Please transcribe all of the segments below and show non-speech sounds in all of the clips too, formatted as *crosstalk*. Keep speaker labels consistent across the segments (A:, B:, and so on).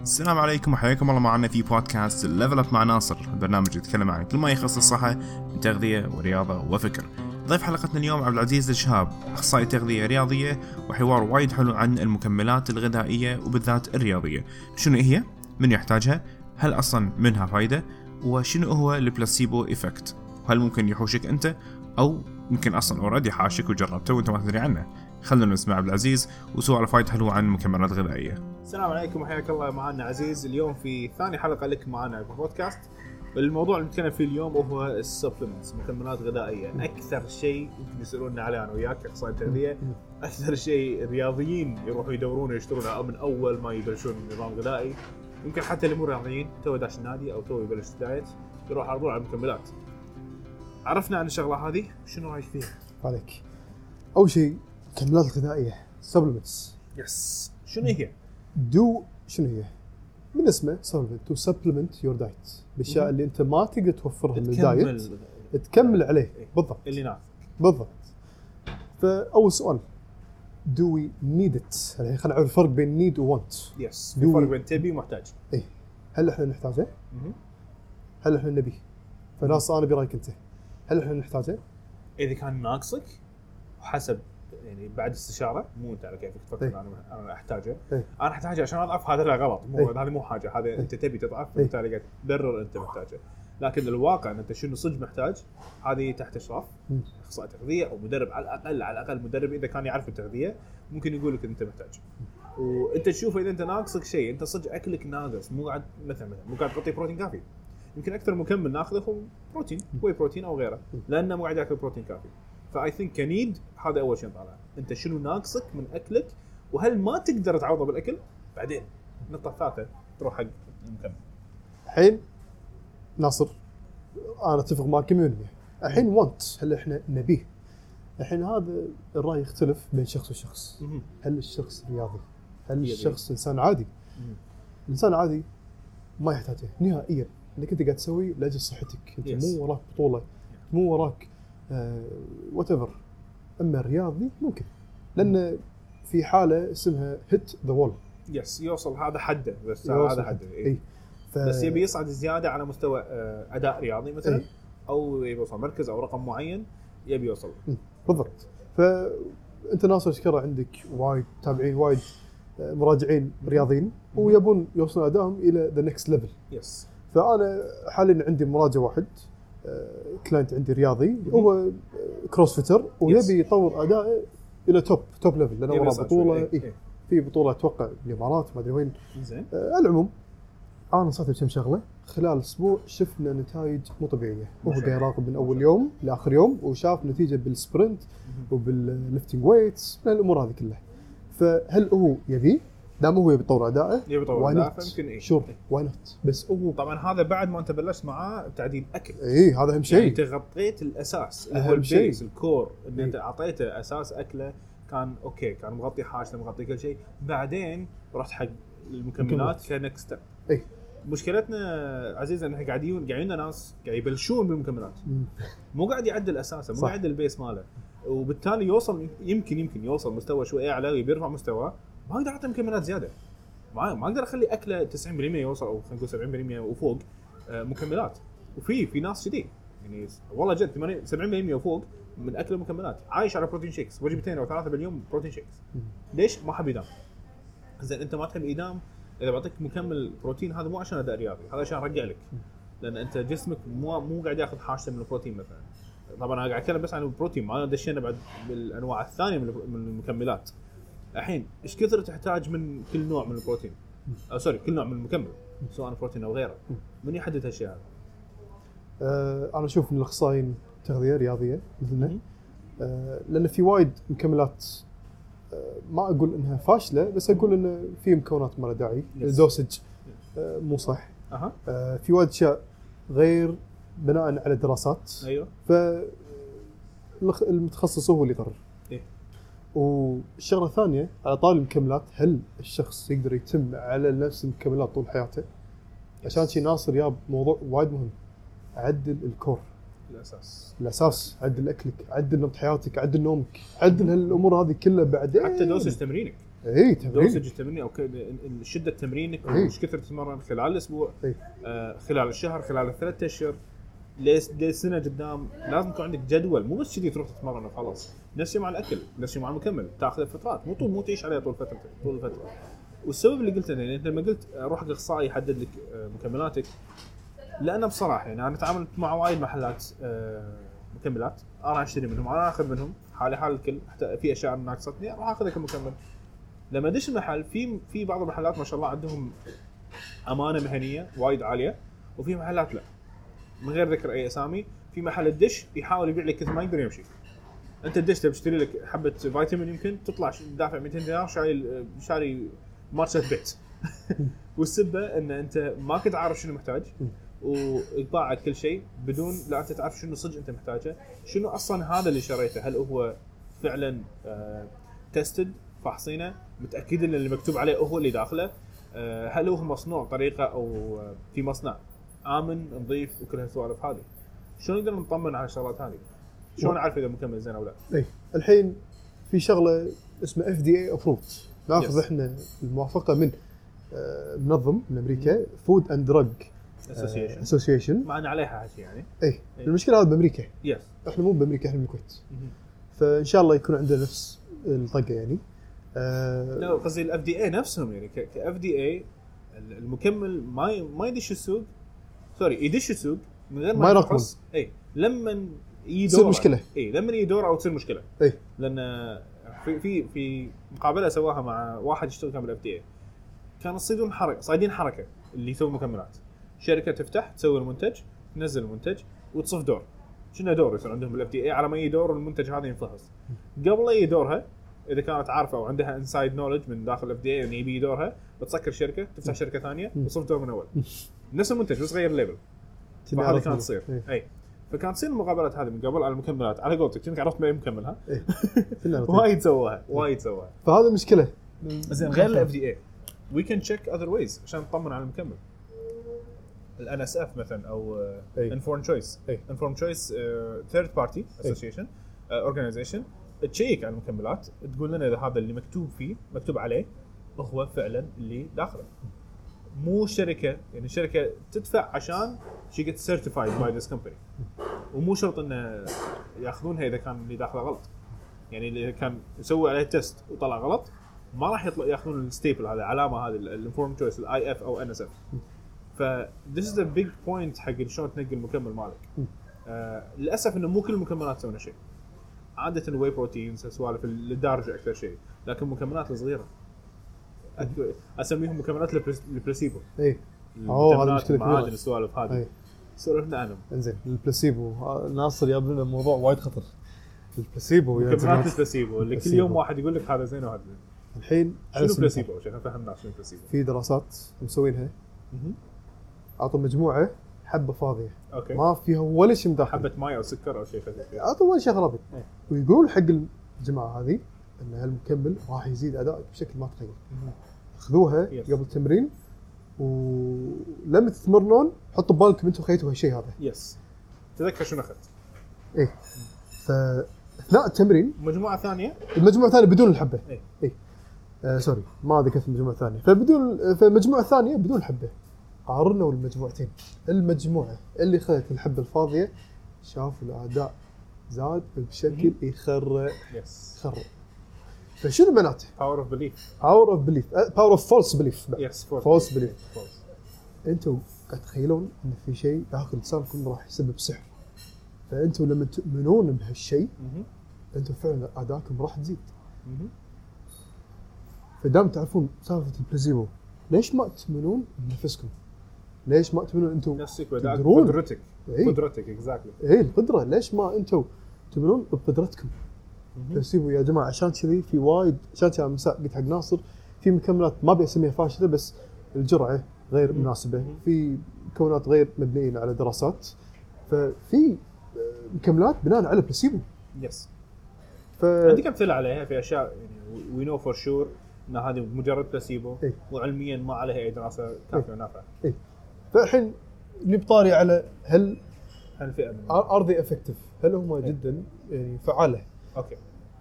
A: السلام عليكم وحياكم الله معنا في بودكاست الليفل اب مع ناصر، البرنامج يتكلم عن كل ما يخص الصحة من تغذية ورياضة وفكر. ضيف حلقتنا اليوم عبد العزيز الشهاب، اخصائي تغذية رياضية وحوار وايد حلو عن المكملات الغذائية وبالذات الرياضية. شنو هي؟ من يحتاجها؟ هل اصلا منها فايدة؟ وشنو هو البلاسيبو ايفكت؟ وهل ممكن يحوشك انت او يمكن اصلا اوريدي حاشك وجربته وانت ما تدري عنه؟ خلونا نسمع عبد العزيز وسوالف وايد حلوه عن مكملات غذائيه.
B: السلام عليكم وحياك الله معنا عزيز اليوم في ثاني حلقه لك معنا بالبودكاست الموضوع اللي نتكلم فيه اليوم هو السبلمنتس مكملات غذائيه اكثر شيء يمكن يسالوننا عليه انا وياك اخصائي تغذيه اكثر شيء الرياضيين يروحوا يدورونه يشترونه من اول ما يبلشون نظام غذائي يمكن حتى اللي مو رياضيين تو داش النادي او تو يبلش دايت يروح على طول على المكملات عرفنا عن الشغله هذه شنو رايك فيها؟
C: عليك اول شيء مكملات غذائيه سبلمنتس
B: يس شنو هي؟
C: دو شنو هي؟ من اسمه سبلمنت تو سبلمنت يور دايت بالاشياء اللي انت ما تقدر توفرها من الدايت
B: تكمل
C: تكمل عليه
B: إيه.
C: بالضبط
B: اللي ناقص
C: بالضبط فاول سؤال دو وي نيد ات الحين يعني خلينا نعرف الفرق بين نيد وونت
B: يس
C: Do
B: في فرق
C: we-
B: بين تبي ومحتاج
C: اي هل احنا نحتاجه؟
B: مهم.
C: هل احنا نبيه؟ فناس انا برايك انت هل احنا نحتاجه؟
B: اذا كان ناقصك حسب يعني بعد استشاره مو انت على كيفك تفكر
C: إيه.
B: انا انا احتاجه
C: إيه.
B: انا احتاجه عشان اضعف هذا لا غلط مو
C: إيه.
B: هذا مو حاجه هذا انت تبي تضعف
C: إيه.
B: فبالتالي قاعد تبرر انت محتاجه لكن الواقع ان انت شنو صدق محتاج هذه تحت اشراف
C: مم.
B: اخصائي تغذيه او مدرب على الاقل على الاقل مدرب اذا كان يعرف التغذيه ممكن يقول لك انت محتاج وانت تشوف اذا انت ناقصك شيء انت صدق اكلك ناقص مو قاعد مثلا مثلا مو قاعد تعطي بروتين كافي يمكن اكثر مكمل ناخذه هو بروتين واي بروتين او غيره لانه مو قاعد ياكل بروتين كافي فاي ثينك كنيد هذا اول شيء طالع انت شنو ناقصك من اكلك وهل ما تقدر تعوضه بالاكل بعدين النقطه الثالثه تروح حق المكمل
C: الحين ناصر انا اتفق معك 100% الحين وانت هل احنا نبيه الحين هذا الراي يختلف بين شخص وشخص
B: مهم.
C: هل الشخص رياضي هل
B: يبي.
C: الشخص انسان عادي
B: مم.
C: الانسان عادي ما يحتاجه نهائيا انك انت قاعد تسوي لاجل صحتك انت
B: Yes.
C: مو وراك بطوله مو وراك وات ايفر اما الرياضي ممكن لان في حاله اسمها هيت ذا وول
B: يس يوصل هذا حده بس
C: يوصل
B: هذا
C: حد.
B: حده إيه.
C: إيه.
B: بس يبي يصعد زياده على مستوى آه، اداء رياضي مثلا
C: إيه.
B: او يبي يوصل مركز او رقم معين يبي يوصل
C: بالضبط فانت ناصر شكرا عندك وايد متابعين وايد آه، مراجعين رياضيين ويبون يوصلون ادائهم الى ذا نكست ليفل
B: يس
C: فانا حاليا عندي مراجع واحد آه، كلاينت عندي رياضي هو كروس فيتر ويبي يطور ادائه الى توب توب ليفل لانه
B: يبي
C: وراه
B: يصعد شوي.
C: بطوله
B: إيه.
C: إيه.
B: إيه.
C: في بطوله اتوقع الامارات ما ادري وين
B: زين
C: آه، على العموم انا نصحته بكم شغله خلال اسبوع شفنا نتائج مو طبيعيه وهو
B: شاء
C: قاعد
B: الله.
C: يراقب من اول يوم لاخر يوم وشاف نتيجه بالسبرنت وبالليفتنج ويتس من الامور هذه كلها فهل هو يبي دام هو يبي يطور ادائه
B: يبي يطور
C: واي
B: أداء،
C: نوت
B: فيمكن اي
C: شور واي نوت بس هو
B: طبعا هذا بعد ما انت بلشت معاه تعديل اكل
C: اي إيه، هذا اهم
B: يعني
C: شيء
B: انت غطيت الاساس اللي هو
C: أهم شيء.
B: البيس الكور ان انت
C: إيه.
B: اعطيته اساس اكله كان اوكي كان مغطي حاجته مغطي كل شيء بعدين رحت حق المكملات
C: مكملات.
B: كنكست ستيب
C: إيه.
B: مشكلتنا عزيز ان احنا قاعدين قاعدين ناس قاعد يبلشون بالمكملات
C: مم.
B: مو قاعد يعدل اساسه مو
C: صح.
B: قاعد يعدل البيس ماله وبالتالي يوصل يمكن يمكن يوصل مستوى شوي اعلى ويبي يرفع مستواه ما اقدر اعطي مكملات زياده ما ما اقدر اخلي اكله 90% يوصل او خلينا نقول 70% وفوق آه، مكملات وفي في ناس كذي يعني والله جد 80 70% وفوق من اكل المكملات عايش على بروتين شيكس وجبتين او ثلاثه باليوم بروتين شيكس
C: مم.
B: ليش ما حب يدام زين انت ما تحب يدام اذا بعطيك مكمل بروتين هذا مو عشان اداء رياضي هذا عشان ارجع لك لان انت جسمك مو مو قاعد ياخذ حاجته من البروتين مثلا طبعا انا قاعد اتكلم بس عن البروتين ما دشينا بعد بالانواع الثانيه من الب- من المكملات الحين ايش كثر تحتاج من كل نوع من البروتين او سوري كل نوع من المكمل سواء بروتين او غيره من يحدد هالشيء هذا
C: آه، انا اشوف ان الاخصائيين تغذيه رياضيه مثلنا
B: مم.
C: آه، لان في وايد مكملات آه، ما اقول انها فاشله بس اقول ان في مكونات ما لها داعي
B: Yes.
C: الدوسج آه، مو صح
B: اها
C: آه، في وايد اشياء غير بناء على دراسات
B: ايوه
C: ف الخ- المتخصص هو اللي يقرر
B: إيه.
C: والشغله الثانيه على طار المكملات هل الشخص يقدر يتم على نفس المكملات طول حياته؟ عشان شي ناصر جاب موضوع وايد مهم عدل الكور
B: الاساس
C: الاساس عدل اكلك عدل نمط حياتك عدل نومك عدل هالامور هذه كلها بعدين
B: حتى دوسج تمرينك
C: اي إيه، تمرين
B: دوسج التمرين او ك- ال- ال- شده تمرينك
C: إيه.
B: وش كثر تتمرن خلال الاسبوع
C: إيه.
B: آه خلال الشهر خلال الثلاث اشهر ليس- لسنه قدام لازم يكون عندك جدول مو بس كذي تروح تتمرن وخلاص نفس الشيء مع الاكل نفس الشيء مع المكمل تاخذه فترات مو طول مو تعيش عليه طول فتره طول الفتره والسبب اللي قلته يعني انت لما قلت آه، روح حق اخصائي يحدد لك آه، مكملاتك لان بصراحه يعني انا تعاملت مع وايد محلات آه، مكملات انا اشتري منهم انا اخذ منهم حالي حال الكل حتى في اشياء ناقصتني راح اخذها كمكمل لما ادش المحل في في بعض المحلات ما شاء الله عندهم امانه مهنيه وايد عاليه وفي محلات لا من غير ذكر اي اسامي في محل الدش يحاول يبيع لك كثر ما يقدر يمشي انت الدش تبي تشتري لك حبه فيتامين يمكن تطلع ش- دافع 200 دينار شاري شاري مارشه بيت *laughs* والسبه ان انت ما كنت عارف شنو محتاج ويطباع كل شيء بدون لا انت تعرف شنو صدق انت محتاجه شنو اصلا هذا اللي شريته هل هو آه، فعلا تستد فاحصينه متاكد ان اللي مكتوب عليه هو اللي داخله آه، هل هو مصنوع طريقه او آه، في مصنع امن نظيف وكل هالسوالف هذه شلون نقدر نطمن على الشغلات هذه؟ شلون اعرف اذا مكمل زين او لا؟
C: اي الحين في شغله اسمها اف دي اي ابروفد ناخذ
B: Yes.
C: احنا الموافقه من آه، منظم من امريكا
B: Mm-hmm.
C: فود اند دراج آه،
B: اسوسيشن
C: اسوسيشن
B: مع ان عليها حكي يعني
C: اي
B: إي.
C: المشكله إيه، هذا بامريكا
B: يس
C: احنا مو بامريكا احنا بالكويت فان شاء الله يكون عندنا نفس الطقه يعني
B: لا
C: آه
B: قصدي الاف دي اي نفسهم يعني كاف دي اي المكمل ما ي- ما يدش السوق سوري يدش السوق من غير
C: ما يرقبون.
B: يفحص. اي إيه، لما يجي
C: تصير
B: دوره
C: مشكله
B: اي لما يجي دوره او تصير مشكله
C: إي.
B: لان في في في مقابله سواها مع واحد يشتغل كان بالاف دي اي كانوا يصيدون حركه صايدين حركه اللي يسوون مكملات شركه تفتح تسوي المنتج تنزل المنتج وتصف دور شنو دور يصير عندهم بالاف دي اي على ما يجي دور المنتج هذا ينفحص قبل لا يجي دورها اذا كانت عارفه او عندها انسايد نولج من داخل الاف دي اي انه يبي دورها بتسكر شركه تفتح شركه ثانيه
C: م.
B: وتصف دور من اول نفس المنتج بس غير الليبل فهذه
C: عرفنا.
B: كانت تصير
C: إيه.
B: اي فكانت تصير المقابلات هذه من قبل على المكملات على قولتك كنت عرفت ما مكملها
C: كلنا نطير.
B: وايد سواها وايد سواها
C: فهذا مشكله
B: زين غير الاف دي اي وي كان تشيك اذر ويز عشان نطمن على المكمل الان اس اف مثلا او
C: أي.
B: انفورم تشويس
C: أي.
B: انفورم تشويس ثيرد بارتي اسوسيشن اورجنايزيشن آه، تشيك على المكملات تقول لنا اذا هذا اللي مكتوب فيه مكتوب عليه هو فعلا اللي داخله مو شركه يعني شركه تدفع عشان شي جيت سيرتيفايد باي ذيس كمباني ومو شرط انه ياخذونها اذا كان اللي داخله غلط يعني اللي كان يسوي عليه تيست وطلع غلط ما راح يطلع ياخذون الستيبل هذا العلامه هذه الانفورم تشويس الاي اف او ان اس اف ف this is the big point حق شلون تنقي المكمل
C: م.
B: مالك آه للاسف انه مو كل المكملات تسوي شيء عاده الواي بروتينز سوالف الدارجه اكثر شيء لكن المكملات الصغيره أك- اسميهم مكملات البلس- البلاسيبو
C: اي إيه. أوه، هذه
B: المكملات
C: مشكلة كبيرة.
B: المعادن السوالف هذه
C: أي.
B: سولفنا عنهم
C: انزين البلاسيبو آه، ناصر جاب لنا موضوع وايد خطر البلاسيبو يا
B: مكملات
C: جماعه
B: البلاسيبو اللي كل
C: البلاسيبو.
B: يوم واحد يقول لك هذا زين وهذا زين
C: الحين
B: شنو
C: على سبيل المثال،
B: بلاسيبو عشان نفهم الناس شنو بلاسيبو
C: في دراسات مسوينها
B: مهم.
C: اعطوا مجموعه حبه فاضيه
B: اوكي
C: ما فيها ولا شيء مداخل
B: حبه ماي او سكر او شيء خفيف يعني.
C: اعطوا ولا شيء غرابي
B: إيه.
C: ويقول حق الجماعه هذه ان هالمكمل راح يزيد ادائك بشكل ما تخيل خذوها
B: Yes.
C: قبل التمرين ولما تتمرنون حطوا ببالكم انتم خيتوا هالشيء هذا
B: يس تذكر شنو اخذت
C: فاثناء التمرين
B: مجموعه ثانيه
C: المجموعه الثانيه بدون الحبه
B: إيه.
C: اي آه سوري ما ذكرت المجموعه الثانيه فبدون فالمجموعه الثانيه بدون الحبه قارنوا المجموعتين المجموعه اللي خذت الحبه الفاضيه شافوا الاداء زاد بشكل يخرع
B: يس
C: خرع فشنو معناته؟
B: باور اوف بليف
C: باور اوف بليف باور اوف فولس بليف
B: يس
C: False belief. انتم قاعد تتخيلون ان في شيء داخل لسانكم راح يسبب سحر فانتم لما تؤمنون بهالشيء انتم فعلا اداكم راح تزيد فدام تعرفون سالفه البلازيبو ليش ما تؤمنون بنفسكم؟ ليش ما تؤمنون انتم
B: نفسك وداك
C: تدرون. إيه.
B: قدرتك
C: إي.
B: قدرتك اكزاكتلي
C: اي القدره إيه، ليش ما انتم تؤمنون بقدرتكم؟ بلازيبو يا جماعه عشان كذي في وايد عشان كذي أنا مساء قلت حق ناصر في مكملات ما بسميها فاشله بس الجرعه غير
B: مم.
C: مناسبه
B: مم.
C: في مكونات غير مبنيه على دراسات ففي آه، مكملات بناء على بلاسيبو
B: يس
C: إيه. ف
B: عندك امثله عليها في اشياء يعني وي نو فور شور ان هذه مجرد بلاسيبو
C: إي.
B: وعلميا ما عليها اي
C: إيه.
B: دراسه كافيه ونافعه
C: فالحين اللي بطاري على هل
B: هالفئه من
C: ار ذي افكتيف هل هم
B: إيه.
C: جدا يعني فعاله
B: اوكي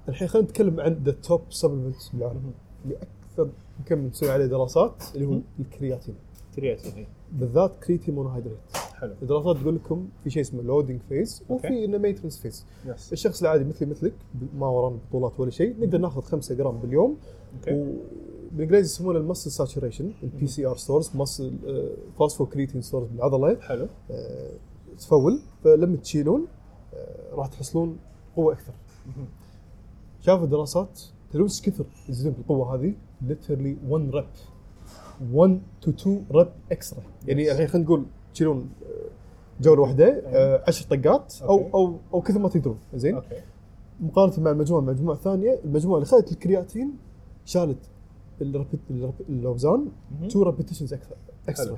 C: الحين خلينا نتكلم عن ذا توب سبلمنت بالعالم اللي اكثر مكمل مسوي عليه دراسات اللي هو الكرياتين
B: كرياتين إي.
C: بالذات كريتي مونوهيدرات
B: يعني. حلو
C: الدراسات تقول لكم في شيء اسمه لودنج فيز وفي
B: أوكي.
C: انه مينتنس فيز
B: يس
C: الشخص العادي مثلي مثلك ما ورانا بطولات ولا شيء نقدر ناخذ 5 جرام باليوم
B: اوكي
C: وبالانجليزي يسمونه المسل ساتوريشن البي سي ار ستورز مسل فاسفو كريتين ستورز بالعضله
B: حلو
C: آه، تفول فلما تشيلون آه، راح تحصلون قوه اكثر
B: مهم.
C: شافوا دراسات تلوث كثر يزيدون بالقوه هذه literally 1 ريب 1 تو 2 ريب اكسترا يعني الحين خلينا نقول تشيلون آه، جوله واحده 10 طقات او
B: أيوة. أوكي.
C: او او كثر ما تقدرون زين
B: اوكي
C: مقارنه مع المجموعه المجموعه الثانيه المجموعه اللي خذت الكرياتين شالت الربت الربت الاوزان
B: مهم.
C: 2 ريبيتيشنز اكثر اكسترا
B: حلو.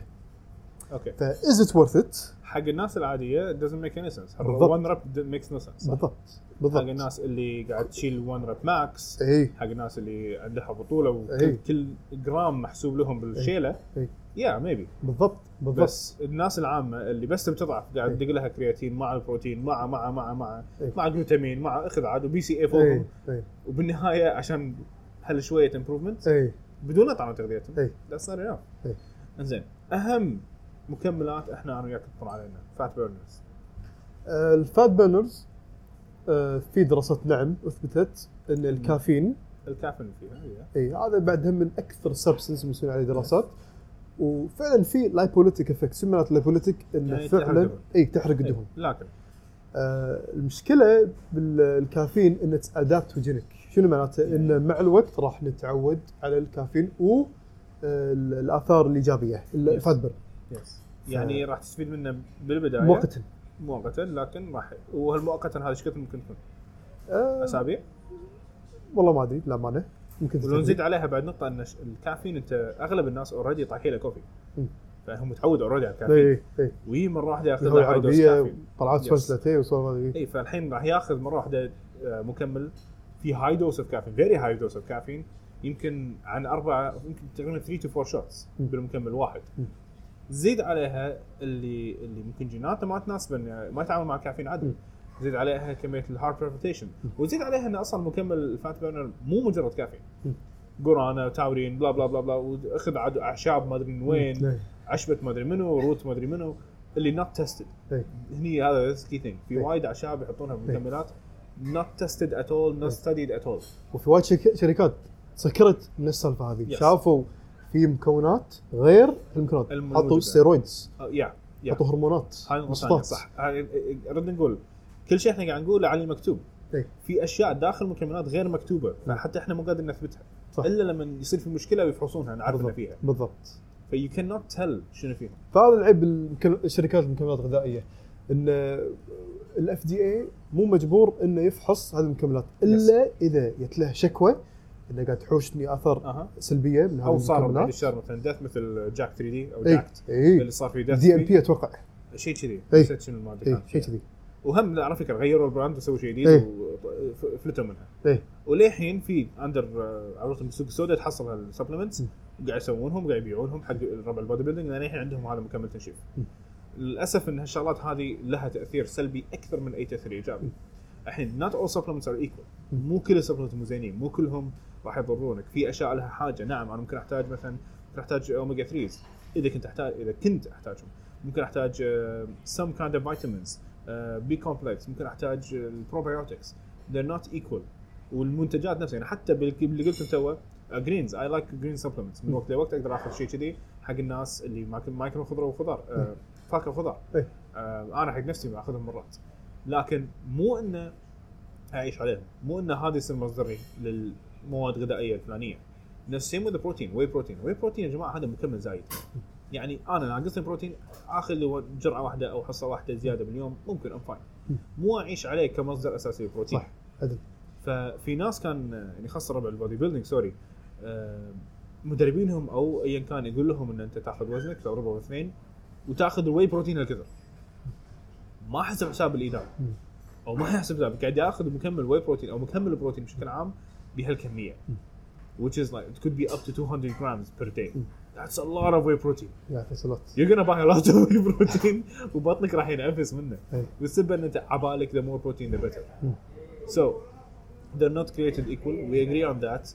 B: اوكي
C: فاز ات ورث ات
B: حق الناس العاديه doesn't make any sense
C: بالضبط.
B: 1 رب makes no sense صح؟
C: بالضبط
B: حق
C: بالضبط
B: الناس اللي قاعد تشيل 1 رب ماكس
C: اي
B: حق الناس اللي عندها بطوله
C: إيه.
B: وكل كل جرام محسوب لهم بالشيله
C: إيه.
B: يا ميبي
C: بالضبط بالضبط
B: بس الناس العامه اللي بس بتضعف قاعد
C: إيه.
B: تدق لها كرياتين مع البروتين مع مع مع مع
C: إيه.
B: مع جلوتامين مع اخذ عاد وبي سي اي
C: اي
B: فوقهم
C: إيه،
B: وبالنهايه عشان هل شويه امبروفمنت
C: اي
B: بدون اطعمه تغذيتهم
C: إيه.
B: ذاتس نوت انف
C: إيه.
B: انزين اهم مكملات احنا انا وياك تطلع علينا فات بيرنرز
C: الفات بيرنرز آه، في دراسات نعم اثبتت ان الكافيين
B: الكافيين فيها إيه.
C: اي هذا بعدها من اكثر سبستنس مسوين عليه دراسات وفعلا في لايبوليتيك افكت شو معناته لايبوليتيك انه
B: يعني تحرق إيه.
C: فعلا
B: الدهون.
C: اي إيه، تحرق الدهون
B: لكن
C: آه، المشكله بالكافيين انه ادابتوجينيك شنو معناته؟ انه مع الوقت راح نتعود على الكافيين و آه، الاثار الايجابيه الفات بيرن
B: يس يعني راح تستفيد منه بالبدايه
C: مؤقتا
B: مؤقتا لكن راح وهالمؤقتا هذا ايش كثر ممكن تكون؟
C: آه،
B: اسابيع
C: والله ما ادري لا مانع ممكن
B: ولو
C: تستخدم.
B: نزيد عليها بعد نقطه ان ش- الكافيين انت اغلب الناس اوريدي طايحين كوفي
C: مم. إيه.
B: فهم متعودوا اوريدي على الكافيين
C: اي اي
B: ويجي مره واحده ياخذ
C: قهوه
B: له high dose
C: عربيه
B: caffeine.
C: طلعت
B: يعني. Yes.
C: فرش لاتيه وصار
B: اي إيه، فالحين راح ياخذ مره واحده آه، مكمل في هاي دوز اوف كافيين فيري هاي دوز اوف كافيين يمكن عن اربعه يمكن تقريبا 3 تو 4 شوتس
C: مم.
B: بالمكمل واحد
C: مم.
B: زيد عليها اللي اللي ممكن جيناته ما تناسبه إنه ما يتعامل مع كافيين عدل
C: مم.
B: زيد عليها كميه الهارد بريفيتيشن وزيد عليها انه اصلا مكمل الفات بيرنر مو مجرد كافيين
C: مم.
B: قرانه تاورين بلا بلا بلا بلا واخذ عد- اعشاب ما ادري من وين
C: إيه.
B: عشبه ما ادري منو روت ما ادري منو اللي نوت تيستد
C: إيه.
B: هني هذا كي ثينج في
C: إيه.
B: وايد اعشاب يحطونها بمكملات نوت تيستد ات اول نوت
C: إيه.
B: ستديد ات اول
C: وفي وايد شك- شركات سكرت من السالفه هذه
B: Yes.
C: شافوا في مكونات غير المكونات
B: الموجودة.
C: حطوا ستيرويدز
B: يا يا
C: حطوا هرمونات
B: هاي نقطة ثانية،
C: مصطات.
B: صح هاي- رد نقول كل شيء احنا قاعد نقوله عليه مكتوب
C: إيه.
B: في اشياء داخل المكملات غير مكتوبه فحتى احنا مو قادرين نثبتها
C: صح.
B: الا لما يصير في مشكله ويفحصونها نعرف إن
C: بالضبط.
B: فيها
C: بالضبط
B: فيو كان نوت تيل شنو فيها
C: فهذا العيب بالمكن- الشركات المكملات الغذائيه ان الاف دي اي مو مجبور انه يفحص هذه المكملات الا اذا جت له شكوى انه قاعد تحوشني اثار
B: اها
C: سلبيه من هذه إيه.
B: او آه. صار بعد
C: المكملات
B: الشهر مثلا ديث مثل جاك 3 دي او
C: اي
B: جاكت
C: اي
B: اللي صار في ديث
C: دي ام بي اتوقع
B: شيء كذي
C: إيه.
B: نسيت شنو المادة
C: اي
B: كانت
C: شيء
B: فيها.
C: كذي
B: وهم على فكره غيروا البراند وسووا شيء جديد
C: إيه.
B: وفلتوا منها
C: إيه.
B: وللحين في اندر آه، على رتم السوق السوداء تحصل هالسبلمنتس
C: مم.
B: وقاعد يسوونهم وقاعد يبيعونهم حق ربع البودي بيلدينج لان الحين عندهم هذا مكمل تنشيف
C: مم.
B: للاسف ان هالشغلات هذه لها تاثير سلبي اكثر من اي تاثير ايجابي الحين نوت اول سبلمنتس ار ايكوال
C: مم.
B: مو كل السبلمنتس مو زينين مو كلهم راح يضرونك في اشياء لها حاجه نعم انا ممكن احتاج مثلا ممكن احتاج اوميجا 3 اذا كنت احتاج اذا كنت احتاجهم ممكن احتاج آه، some kind of vitamins آه، بي كومبلكس ممكن احتاج البروبيوتكس they're not equal والمنتجات نفسها يعني حتى بالك- باللي قلته توه جرينز اي لايك جرين سبلمنتس من وقت لوقت اقدر اخذ شيء كذي حق الناس اللي ما ياكل- ما ياكلون خضره وخضار آه، فاكهه وخضار
C: إيه.
B: آه، انا حق نفسي باخذهم مرات لكن مو انه اعيش عليهم مو انه هذا يصير مصدري للمواد الغذائيه الفلانيه نفس سيم وذ بروتين واي بروتين واي بروتين يا جماعه هذا مكمل زايد يعني انا ناقصني بروتين اخذ لي جرعه واحده او حصه واحده زياده باليوم ممكن ام فاين مو اعيش عليه كمصدر اساسي للبروتين
C: صح. عدل.
B: ففي ناس كان يعني خاصه ربع البودي بيلدينج سوري آه، مدربينهم او ايا كان يقول لهم ان انت تاخذ وزنك لو ربع واثنين وتاخذ الواي بروتين الكثر ما حسب حساب الاداره
C: مم.
B: او ما يحسب حساب قاعد ياخذ مكمل واي بروتين او مكمل البروتين بشكل عام بهالكميه which is like it could be up to 200 grams per day. That's a lot of whey protein.
C: يا فيصلات
B: You're gonna buy a lot of *laughs* whey protein وبطنك راح ينعفس منه.
C: أي.
B: والسبب ان انت عبالك the more protein the better.
C: مم.
B: So they're not created equal. We agree on that.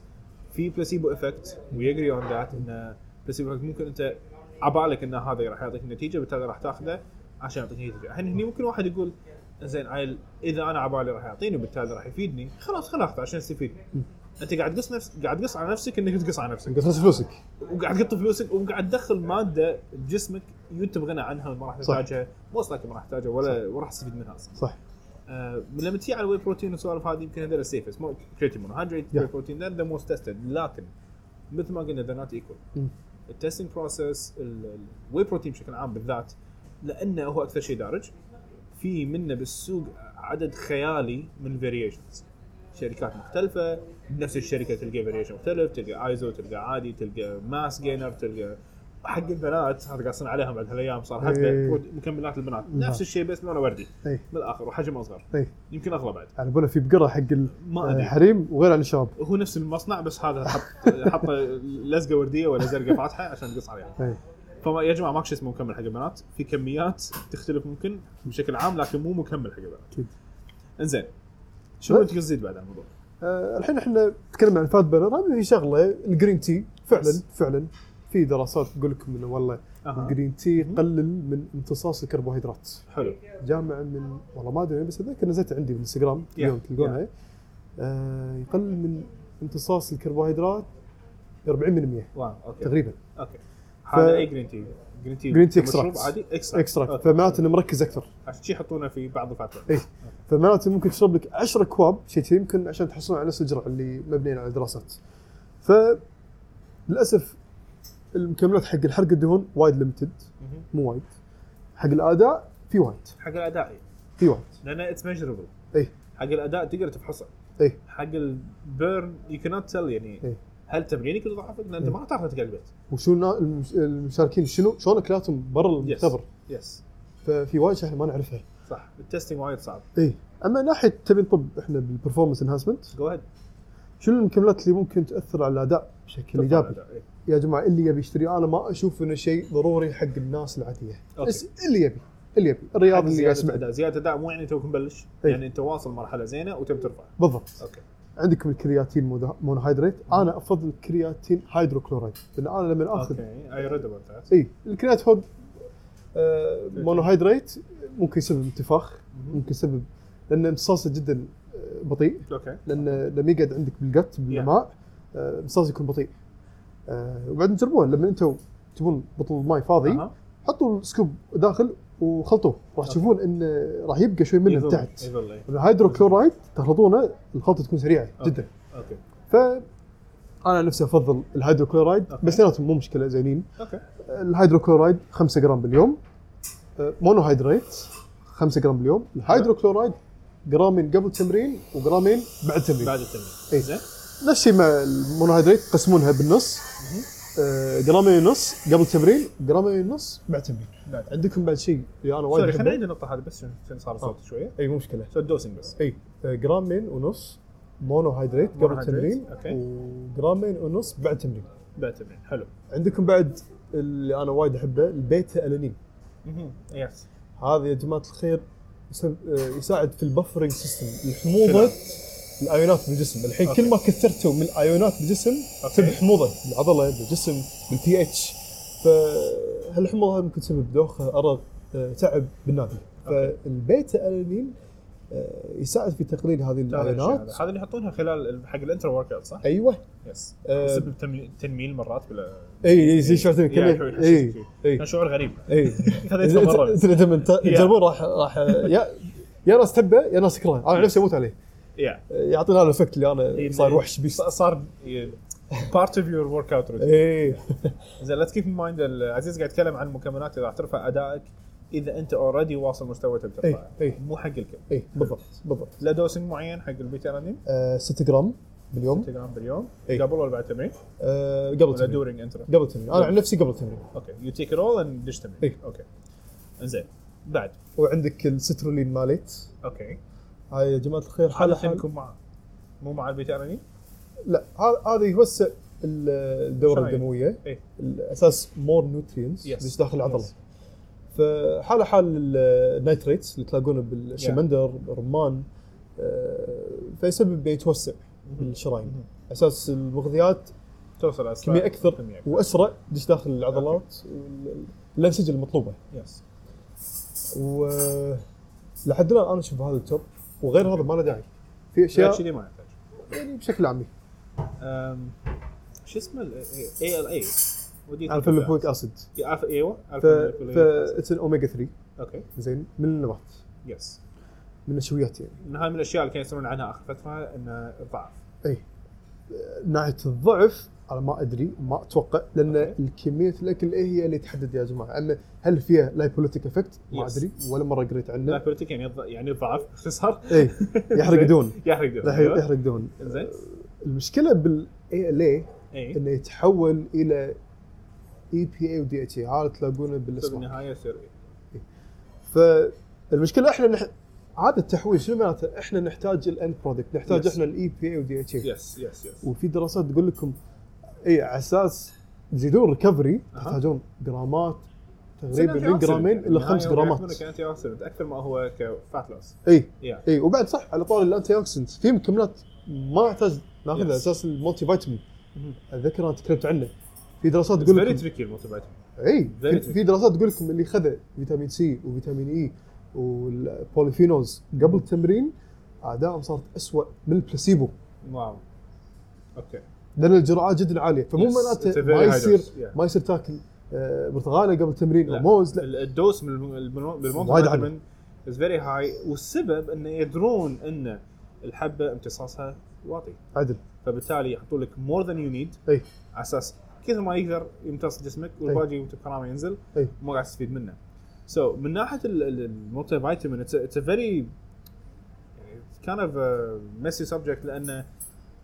B: في بلاسيبو افكت ويجري اون ذات انه بلاسيبو افكت ممكن انت عبالك ان هذا راح يعطيك نتيجه بالتالي راح تاخذه عشان يعطيك نتيجه الحين هني ممكن واحد يقول زين عيل اذا انا عبالي راح يعطيني بالتالي راح يفيدني خلاص خل اخذه عشان استفيد انت قاعد تقص نفس قاعد تقص على نفسك انك تقص على نفسك
C: قصص فلوسك
B: وقاعد تقط فلوسك وقاعد تدخل ماده بجسمك انت بغنى عنها ما راح
C: صح.
B: تحتاجها موست لايك ما راح تحتاجها ولا وراح تستفيد منها اصلا
C: صح
B: آه، لما تجي على الواي بروتين والسوالف هذه يمكن هذول السيفست مو كريتين مونوهيدريت
C: Yeah.
B: واي بروتين ذا موست تيستد لكن مثل ما قلنا ذا نوت ايكول
C: Mm.
B: التستنج بروسس الواي بروتين بشكل عام بالذات لانه هو اكثر شيء دارج في منه بالسوق عدد خيالي من فاريشنز شركات مختلفة بنفس الشركة تلقى فاريشن مختلف تلقى ايزو تلقى عادي تلقى ماس جينر تلقى حق البنات هذا قاصين عليها بعد هالايام صار حتى
C: إيه.
B: برود- مكملات البنات
C: نعم.
B: نفس الشيء بس لونه وردي
C: اي
B: من الاخر وحجم اصغر
C: اي
B: يمكن اغلى بعد
C: على بالي في بقره حق ال-
B: ما ادري
C: الحريم وغير عن الشباب
B: هو نفس المصنع بس هذا حط *laughs* حط لزقه ورديه ولا زرقاء فاتحه عشان تقص عليها
C: اي
B: فما يا جماعه ماكو شيء اسمه مكمل حق البنات في كميات تختلف ممكن بشكل عام لكن مو مكمل حق البنات
C: أكيد. طيب.
B: انزين شنو بدك تزيد بعد عن الموضوع؟
C: آه، الحين احنا تكلمنا عن الفات بيرنر هذه هي شغله الجرين تي فعلا
B: Yes. آه.
C: فعلا في دراسات تقول لكم انه والله
B: اها
C: الجرين تي يقلل من امتصاص الكربوهيدرات
B: حلو
C: جامع من والله ما ادري بس اتذكر نزلت عندي بالانستغرام
B: Yeah.
C: اليوم تلقونها آه، يقلل من امتصاص الكربوهيدرات 40%
B: واو اوكي
C: تقريبا
B: اوكي هذا اي جرين تي جرين تي
C: Green tea
B: مشروب
C: extract.
B: عادي اكستراكت
C: اكستراكت فمعناته انه مركز اكثر
B: عشان شي يحطونه في بعض الفاتوره
C: إيه. فمعناته ممكن تشرب لك 10 كواب شيء كذي يمكن عشان تحصلون على نفس الجرعه اللي مبنيين على دراسات. ف للاسف المكملات حق الحرق الدهون وايد ليمتد
B: مهم.
C: مو وايد حق الاداء في وايد
B: حق الاداء إيه.
C: في وايد
B: لان اتس ميجربل
C: إيه.
B: حق الاداء تقدر تفحصه
C: إيه.
B: حق البيرن يو كانت تيل يعني
C: إيه.
B: هل تمرينك اللي ضعفك؟ لان انت
C: إيه.
B: ما تعرف تقل البيت
C: وشو النا- المش- المشاركين شنو شلون اكلاتهم برا المختبر
B: يس
C: ففي وايد شيء إحنا ما إيه. نعرفها
B: صح التستنج وايد صعب
C: اي اما ناحيه تبي نطب احنا بالبرفورمانس انهانسمنت
B: جو هيد
C: شنو المكملات اللي ممكن تاثر على الاداء بشكل ايجابي؟
B: إيه.
C: يا جماعه اللي يبي يشتري انا ما اشوف انه شيء ضروري حق الناس العاديه
B: أوكي.
C: بس اللي يبي اللي يبي الرياضي اللي قاعد
B: زياده
C: يسمع
B: اداء زياده اداء مو يعني توك مبلش
C: إيه.
B: يعني انت واصل مرحله زينه وتبي ترفع
C: بالضبط
B: اوكي
C: عندكم الكرياتين مونو- مونوهيدريت انا افضل الكرياتين هيدروكلورايد لان انا لما اخذ
B: اوكي اي ريد اباوت ذات
C: اي الكريات هود آه مونوهيدريت ممكن يسبب انتفاخ ممكن يسبب لان امتصاصه جدا آه، بطيء
B: اوكي
C: لان لما يقعد عندك بالقت بالماء آه، امتصاص يكون بطيء آه، وبعدين جربوه لما انتم تبون بطل ماي فاضي
B: أها.
C: حطوا السكوب داخل وخلطوه راح
B: أوكي.
C: تشوفون انه راح يبقى شوي منه
B: يظل-
C: تحت
B: يظل، إيه.
C: الهيدروكلورايد تخلطونه الخلطه تكون سريعه
B: أوكي.
C: جدا
B: اوكي
C: ف انا نفسي افضل الهيدروكلورايد
B: أوكي.
C: بس اثنيناتهم مو مشكله زينين
B: اوكي
C: الهيدروكلورايد 5 جرام باليوم آه، مونوهيدريت 5 جرام باليوم الهيدروكلورايد جرامين قبل تمرين وجرامين بعد تمرين
B: بعد التمرين
C: إيه.
B: زين
C: نفس الشيء مع المونوهيدريت قسمونها بالنص
B: مهم.
C: آه، جرامين ونص قبل تمرين جرامين ونص بعد تمرين
B: بعد.
C: عندكم بعد شيء اللي انا وايد آه.
B: سوري خلينا
C: أحبه.
B: نعيد النقطه هذه بس عشان صار صوت شويه
C: اي مو مشكله
B: سو الدوسنج بس
C: اي آه، جرامين ونص مونوهيدريت قبل
B: مونوهيدريت،
C: التمرين
B: أوكي.
C: وجرامين ونص بعد تمرين
B: بعد التمرين حلو
C: عندكم بعد اللي انا وايد احبه البيتا الانين
B: مهم. يس
C: هذا يا جماعه الخير يسب- آه، يساعد في البفرنج سيستم الحموضه الايونات بالجسم الحين
B: أوكي.
C: كل ما كثرتوا من الايونات بالجسم
B: أوكي.
C: تسبب حموضه بالعضله بالجسم بالبي اتش فهالحموضه هذه ممكن تسبب دوخه ارق آه، تعب بالنادي فالبيتا الانين آه، يساعد في تقليل هذه الايونات
B: هذا اللي يحطونها خلال حق الانتر ورك اوت صح؟
C: ايوه
B: يس
C: آه، إيه،
B: تسبب تم- تنميل مرات بلا
C: اي اي زي شعور تنميل.
B: يا حلو،
C: اي اي
B: كان شعور غريب
C: اي
B: خذيته
C: إيه.
B: مره
C: انت لما تجربون راح راح يا يا ناس تبه يا ناس تكرهه انا عن نفسي اموت عليه إيه.
B: يا
C: يعطينا هذا الافكت اللي انا صاير وحش بيه
B: ص- صار بارت اوف يور ورك اوت روتين
C: ايه
B: زين لا تكيف مايند عزيز قاعد يتكلم عن مكملات اذا راح ترفع ادائك اذا انت اوريدي واصل مستوى تبي ترفعه
C: إي، إي.
B: مو حق الكل
C: ايه بالضبط بالضبط
B: لا دوسنج معين حق البيترانين
C: 6 جرام باليوم
B: جرام باليوم
C: إي.
B: قبل ولا بعد تمرين
C: آه، قبل
B: ولا
C: تمرين
B: دورينج انتر
C: قبل تمرين انا عن نفسي قبل تمرين
B: اوكي يو تيك ات اول اند دش
C: إي.
B: تمرين اوكي انزين بعد
C: وعندك السترولين ماليت
B: اوكي
C: هاي يا جماعه الخير حالة
B: هذا
C: حال
B: يكون مع مو مع البيترانين
C: لا ه- هذا يوسع ال- الدوره
B: شرايين.
C: الدمويه
B: إيه.
C: الاساس مور نوترينز
B: Yes.
C: ليش داخل العضله
B: Yes.
C: فحاله حال ال- النيتريتس اللي تلاقونه بالشمندر رمان آه، فيسبب بيتوسع بالشرايين اساس المغذيات
B: توصل اسرع
C: كميه اكثر
B: كمية أكثر.
C: واسرع تدش داخل العضلات وال- الانسجه المطلوبه
B: يس
C: و لحد الان انا اشوف هذا التوب وغير هذا ما له داعي في
B: غير
C: اشياء
B: كذي ما يحتاج
C: يعني بشكل عام
B: أم، شو اسمه اي ال اي
C: الفلوبويك اسيد
B: عارف ايوه
C: ف اتس اوميجا 3
B: اوكي
C: زين من النبات
B: يس
C: من النشويات يعني
B: من هاي من الاشياء اللي كانوا يسمعون عنها اخر فتره انه ضعف
C: اي ناحيه الضعف انا ما ادري ما اتوقع لان
B: أوكي.
C: الكميه الاكل ايه هي اللي تحدد يا جماعه اما هل فيها لايبوليتيك افكت ما
B: Yes.
C: ادري ولا مره قريت
B: لا
C: عنه
B: بوليتيك يعني يض- يعني ضعف *laughs* باختصار
C: اي يحرق دهون
B: يحرق دم
C: راح
B: أيوة.
C: يحرق دهون
B: زين
C: المشكله بالاي ال اي
B: اي
C: انه يتحول E الى اي بي اي ودي اتش اي هذا تلاقونه بالاسماك
B: بالنهايه يصير إيه.
C: فالمشكله احنا نح... هذا التحويل شنو معناته؟ احنا نحتاج الاند برودكت، نحتاج E
B: Yes.
C: احنا الاي بي اي ودي اتش اي
B: يس يس يس
C: وفي دراسات تقول لكم اي على اساس تزيدون ريكفري
B: أها. يعني
C: تحتاجون جرامات تقريبا من جرامين الى خمس جرامات
B: انتي اوكسيدنت اكثر ما هو كفات لوس
C: اي
B: يا
C: اي إيه، وبعد صح على طار الانتي اوكسيدنت في مكملات ما احتاج ناخذها
B: Yes.
C: على اساس المالتي فيتامين
B: مهم.
C: اتذكر انا تكلمت عنه في دراسات تقول
B: فيري
C: لكم
B: تريكي الموتيفايت
C: اي في-
B: tricky.
C: في دراسات تقول لكم اللي خذ فيتامين سي وفيتامين اي والبوليفينولز قبل التمرين ادائهم صارت اسوء من البلاسيبو
B: واو اوكي
C: لان الجرعات جدا عاليه فمو
B: Yes, it's a
C: معناته
B: very
C: ما
B: high
C: يصير
B: dose, yeah.
C: ما يصير تاكل آه، برتقاله قبل التمرين
B: لا.
C: او موز لا
B: ال- الدوس من الم- الم- بالموت
C: وايد
B: فيتامين از فيري هاي والسبب انه يدرون ان الحبه امتصاصها واطي
C: عدل
B: فبالتالي يحطوا لك مور ذان يو نيد
C: اي
B: على اساس كثر ما يقدر يمتص جسمك والباقي بكرامه ينزل
C: أي.
B: ما قاعد تستفيد منه. سو so, من ناحيه المولتي فيتامين اتس ا فيري كان اوف ميسي سبجكت لان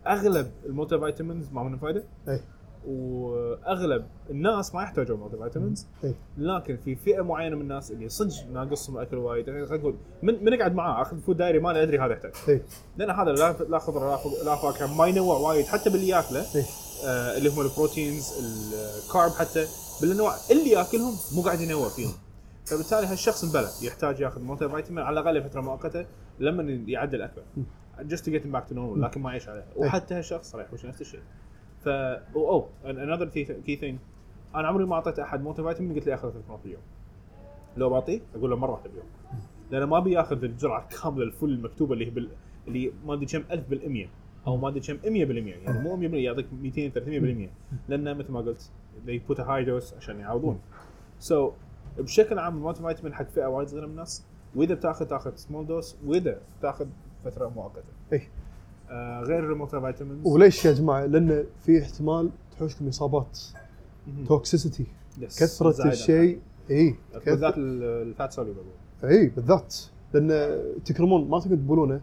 B: اغلب المولتي فيتامينز ما منهم فائده
C: اي
B: واغلب الناس ما يحتاجون مولتي فيتامينز
C: اي
B: لكن في فئه معينه من الناس اللي صدق ناقصهم اكل وايد يعني خلينا نقول من من اقعد معاه اخذ فود دايري ما ادري هذا يحتاج
C: اي
B: لان هذا لا لا خضره لا فو- لا فاكهه ما ينوع وايد حتى باللي ياكله
C: إيه.
B: آه اللي هم البروتينز الكارب حتى بالانواع اللي ياكلهم مو قاعد ينوع فيهم فبالتالي هالشخص مبلى يحتاج ياخذ موتي فيتامين على الاقل فتره مؤقته لما يعدل اكله جست تو جيت باك تو نورمال لكن ما يعيش عليها وحتى هالشخص راح يحوش نفس الشيء ف او او انذر كي ثينج انا عمري ما اعطيت احد موتي فيتامين قلت له ياخذ ثلاث مرات باليوم لو بعطيه اقول له مره واحده باليوم لانه ما بياخذ الجرعه الكامله الفل المكتوبه اللي هي بال... اللي ما ادري كم الف بالمية او ما ادري كم 100% يعني مو 100% يعطيك 200 300% لانه مثل ما قلت they put a high dose عشان يعوضون سو so, بشكل عام المالتي فيتامين حق فئه وايد صغيره من الناس واذا بتاخذ تاخذ سمول دوز واذا بتاخذ فتره مؤقته
C: اي
B: آه غير المالتي فيتامينز
C: وليش يا جماعه؟ لان في احتمال تحوشكم اصابات توكسيسيتي
B: Yes.
C: كثره
B: زايد عن
C: الشيء اي
B: حد.
C: كثرة-
B: بالذات ال- الفات سوليبل
C: اي بالذات لان تكرمون ما تقدر تبولونه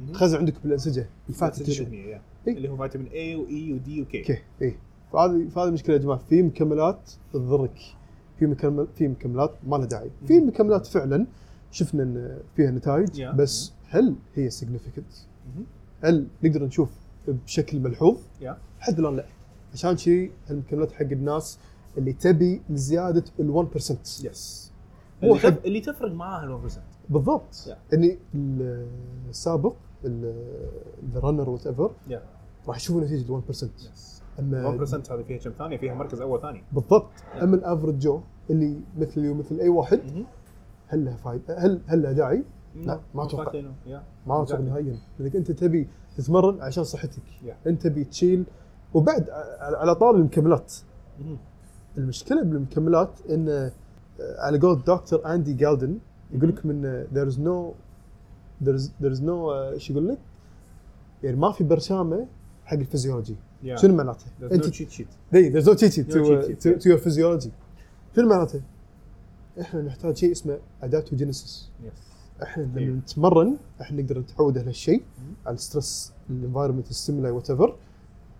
B: مهم.
C: تخزن عندك بالانسجه الفات
B: الأنسجة
C: تشو
B: الدهنية، yeah.
C: إي.
B: اللي هو فيتامين اي واي ودي وكي
C: اوكي اي فهذه فهذه مشكله يا جماعه في مكملات تضرك في مكمل في مكملات ما لها داعي في
B: مهم.
C: مكملات فعلا شفنا ان فيها نتائج
B: Yeah.
C: بس هل هي سيجنفكت؟
B: مهم.
C: هل نقدر نشوف بشكل ملحوظ؟
B: Yeah.
C: لحد الان لا عشان شيء المكملات حق الناس اللي تبي زياده ال 1%
B: يس
C: مو
B: اللي,
C: حب.
B: تف... اللي تفرق معاه ال 1%
C: بالضبط
B: Yeah.
C: اني ال- السابق الرنر وات ايفر
B: Yeah.
C: راح يشوفوا نتيجه ال 1%
B: يس
C: اما
B: 1% هذه فيها كم ثانيه فيها مركز اول ثاني
C: بالضبط اما الافرج جو اللي مثلي ومثل اي واحد
B: مهم.
C: هل لها فائده هل هل لها داعي؟ لا، ما أتوقع.
B: فات لأنه- yeah.
C: ما اتوقع نهائيا لانك انت تبي تتمرن عشان صحتك
B: Yeah.
C: انت تبي تشيل وبعد على- على طار المكملات
B: مهم.
C: المشكله بالمكملات ان آه، على قول دكتور اندي جالدن يقول لكم ان there is no there is, there is no آه، شو يقول لك؟ يعني ما في برشامه حق الفيزيولوجي
B: Yeah.
C: شنو معناته؟
B: There's no
C: انت
B: cheat sheet.
C: دي there's no cheat sheet
B: No
C: to,
B: cheat
C: uh,
B: sheet,
C: to,
B: yeah.
C: to your physiology شنو معناته؟ احنا نحتاج شيء اسمه ادابتوجينيسيس
B: Yes.
C: احنا
B: إيه.
C: لما نتمرن احنا نقدر نتعود على هالشيء على الستريس الانفايرمنت الستيمولاي وات ايفر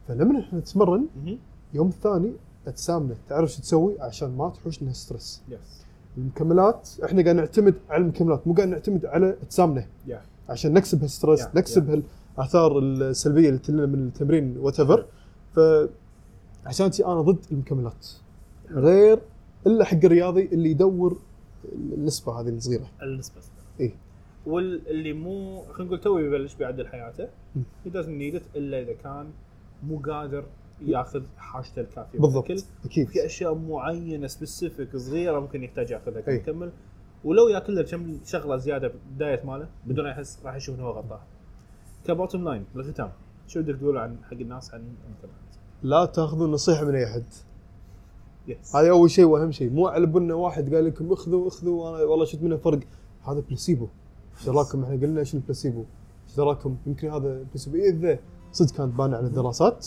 C: فلما احنا نتمرن
B: مهم.
C: يوم الثاني تسامنه تعرف شو تسوي عشان ما تحوشنا ستريس
B: Yes.
C: المكملات احنا قاعد نعتمد على المكملات مو قاعد نعتمد على تسامنه
B: Yeah.
C: عشان نكسب هالستريس
B: Yeah,
C: نكسب هالاثار السلبيه اللي تلنا من التمرين وات ايفر فعشان شي انا ضد المكملات غير الا حق الرياضي اللي يدور النسبه هذه الصغيره
B: النسبه
C: إيه.
B: واللي مو خلينا نقول تو يبلش بيعدل حياته
C: مم.
B: هي دازنت نيد الا اذا كان مو قادر ياخذ حاجته الكافيه
C: إيه. بالضبط
B: بالأكل.
C: اكيد
B: في اشياء معينه سبيسيفيك صغيره ممكن يحتاج ياخذها كي
C: أي.
B: يكمل ولو ياكل له كم شغله زياده بدايه ماله بدون ما يحس راح يشوف انه هو غلطان. كبوتم لاين بالختام شو بدك تقول عن حق الناس عن الانترنت؟
C: لا تاخذون نصيحه من اي احد
B: يس
C: هذا اول شيء واهم شيء مو على بالنا واحد قال لكم اخذوا اخذوا انا والله شفت منه فرق هذا بلاسيبو ايش دراكم احنا قلنا شنو البلاسيبو ايش دراكم يمكن هذا بلاسيبو اذا صدق كانت بانه على الدراسات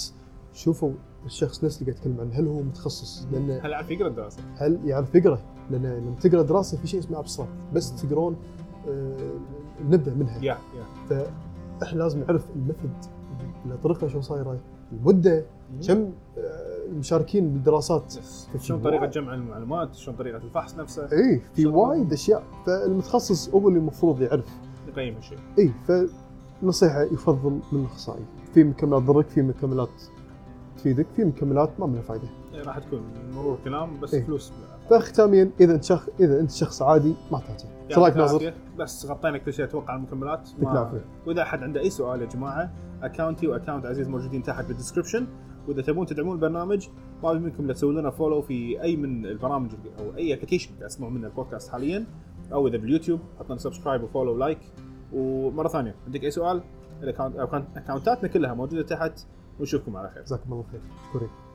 C: شوفوا الشخص نفسه اللي قاعد يتكلم عنه هل هو متخصص لانه
B: هل عارف يقرا الدراسه؟
C: هل يعرف يقرا لان لما تقرا دراسه في شيء اسمه ابسط بس تقرون آه، نبذه منها
B: يا يا
C: فاحنا لازم نعرف المثد الطريقه شو صايره المده كم آه، المشاركين بالدراسات
B: يس.
C: في
B: Mm-hmm. شلون طريقه
C: وايد.
B: جمع المعلومات؟ شلون طريقه الفحص نفسه؟
C: اي في
B: شلون؟
C: وايد اشياء فالمتخصص هو اللي المفروض يعرف
B: نقيم هالشيء.
C: اي فنصيحه يفضل من الاخصائي في مكملات تضرك في مكملات تفيدك في مكملات ما منها فائده
B: إيه، راح تكون مرور كلام بس
C: إيه.
B: فلوس
C: فختاميا اذا انت شخ... اذا انت شخص عادي ما تحتاجه ايش رايك ناصر؟
B: العافية. يعني بس غطينا كل شيء اتوقع على المكملات
C: يعطيك العافيه
B: واذا احد عنده اي سؤال يا جماعه اكاونتي واكاونت عزيز موجودين تحت بالدسكربشن واذا تبون تدعمون البرنامج طالب منكم لا تسوون لنا فولو في اي من البرامج او اي ابلكيشن قاعد تسمعون منه البودكاست حاليا او اذا باليوتيوب حطنا سبسكرايب وفولو ولايك ومره ثانيه عندك اي سؤال الأكاونت- أكاونتاتنا كلها موجوده تحت ونشوفكم على خير
C: جزاكم الله خير مشكورين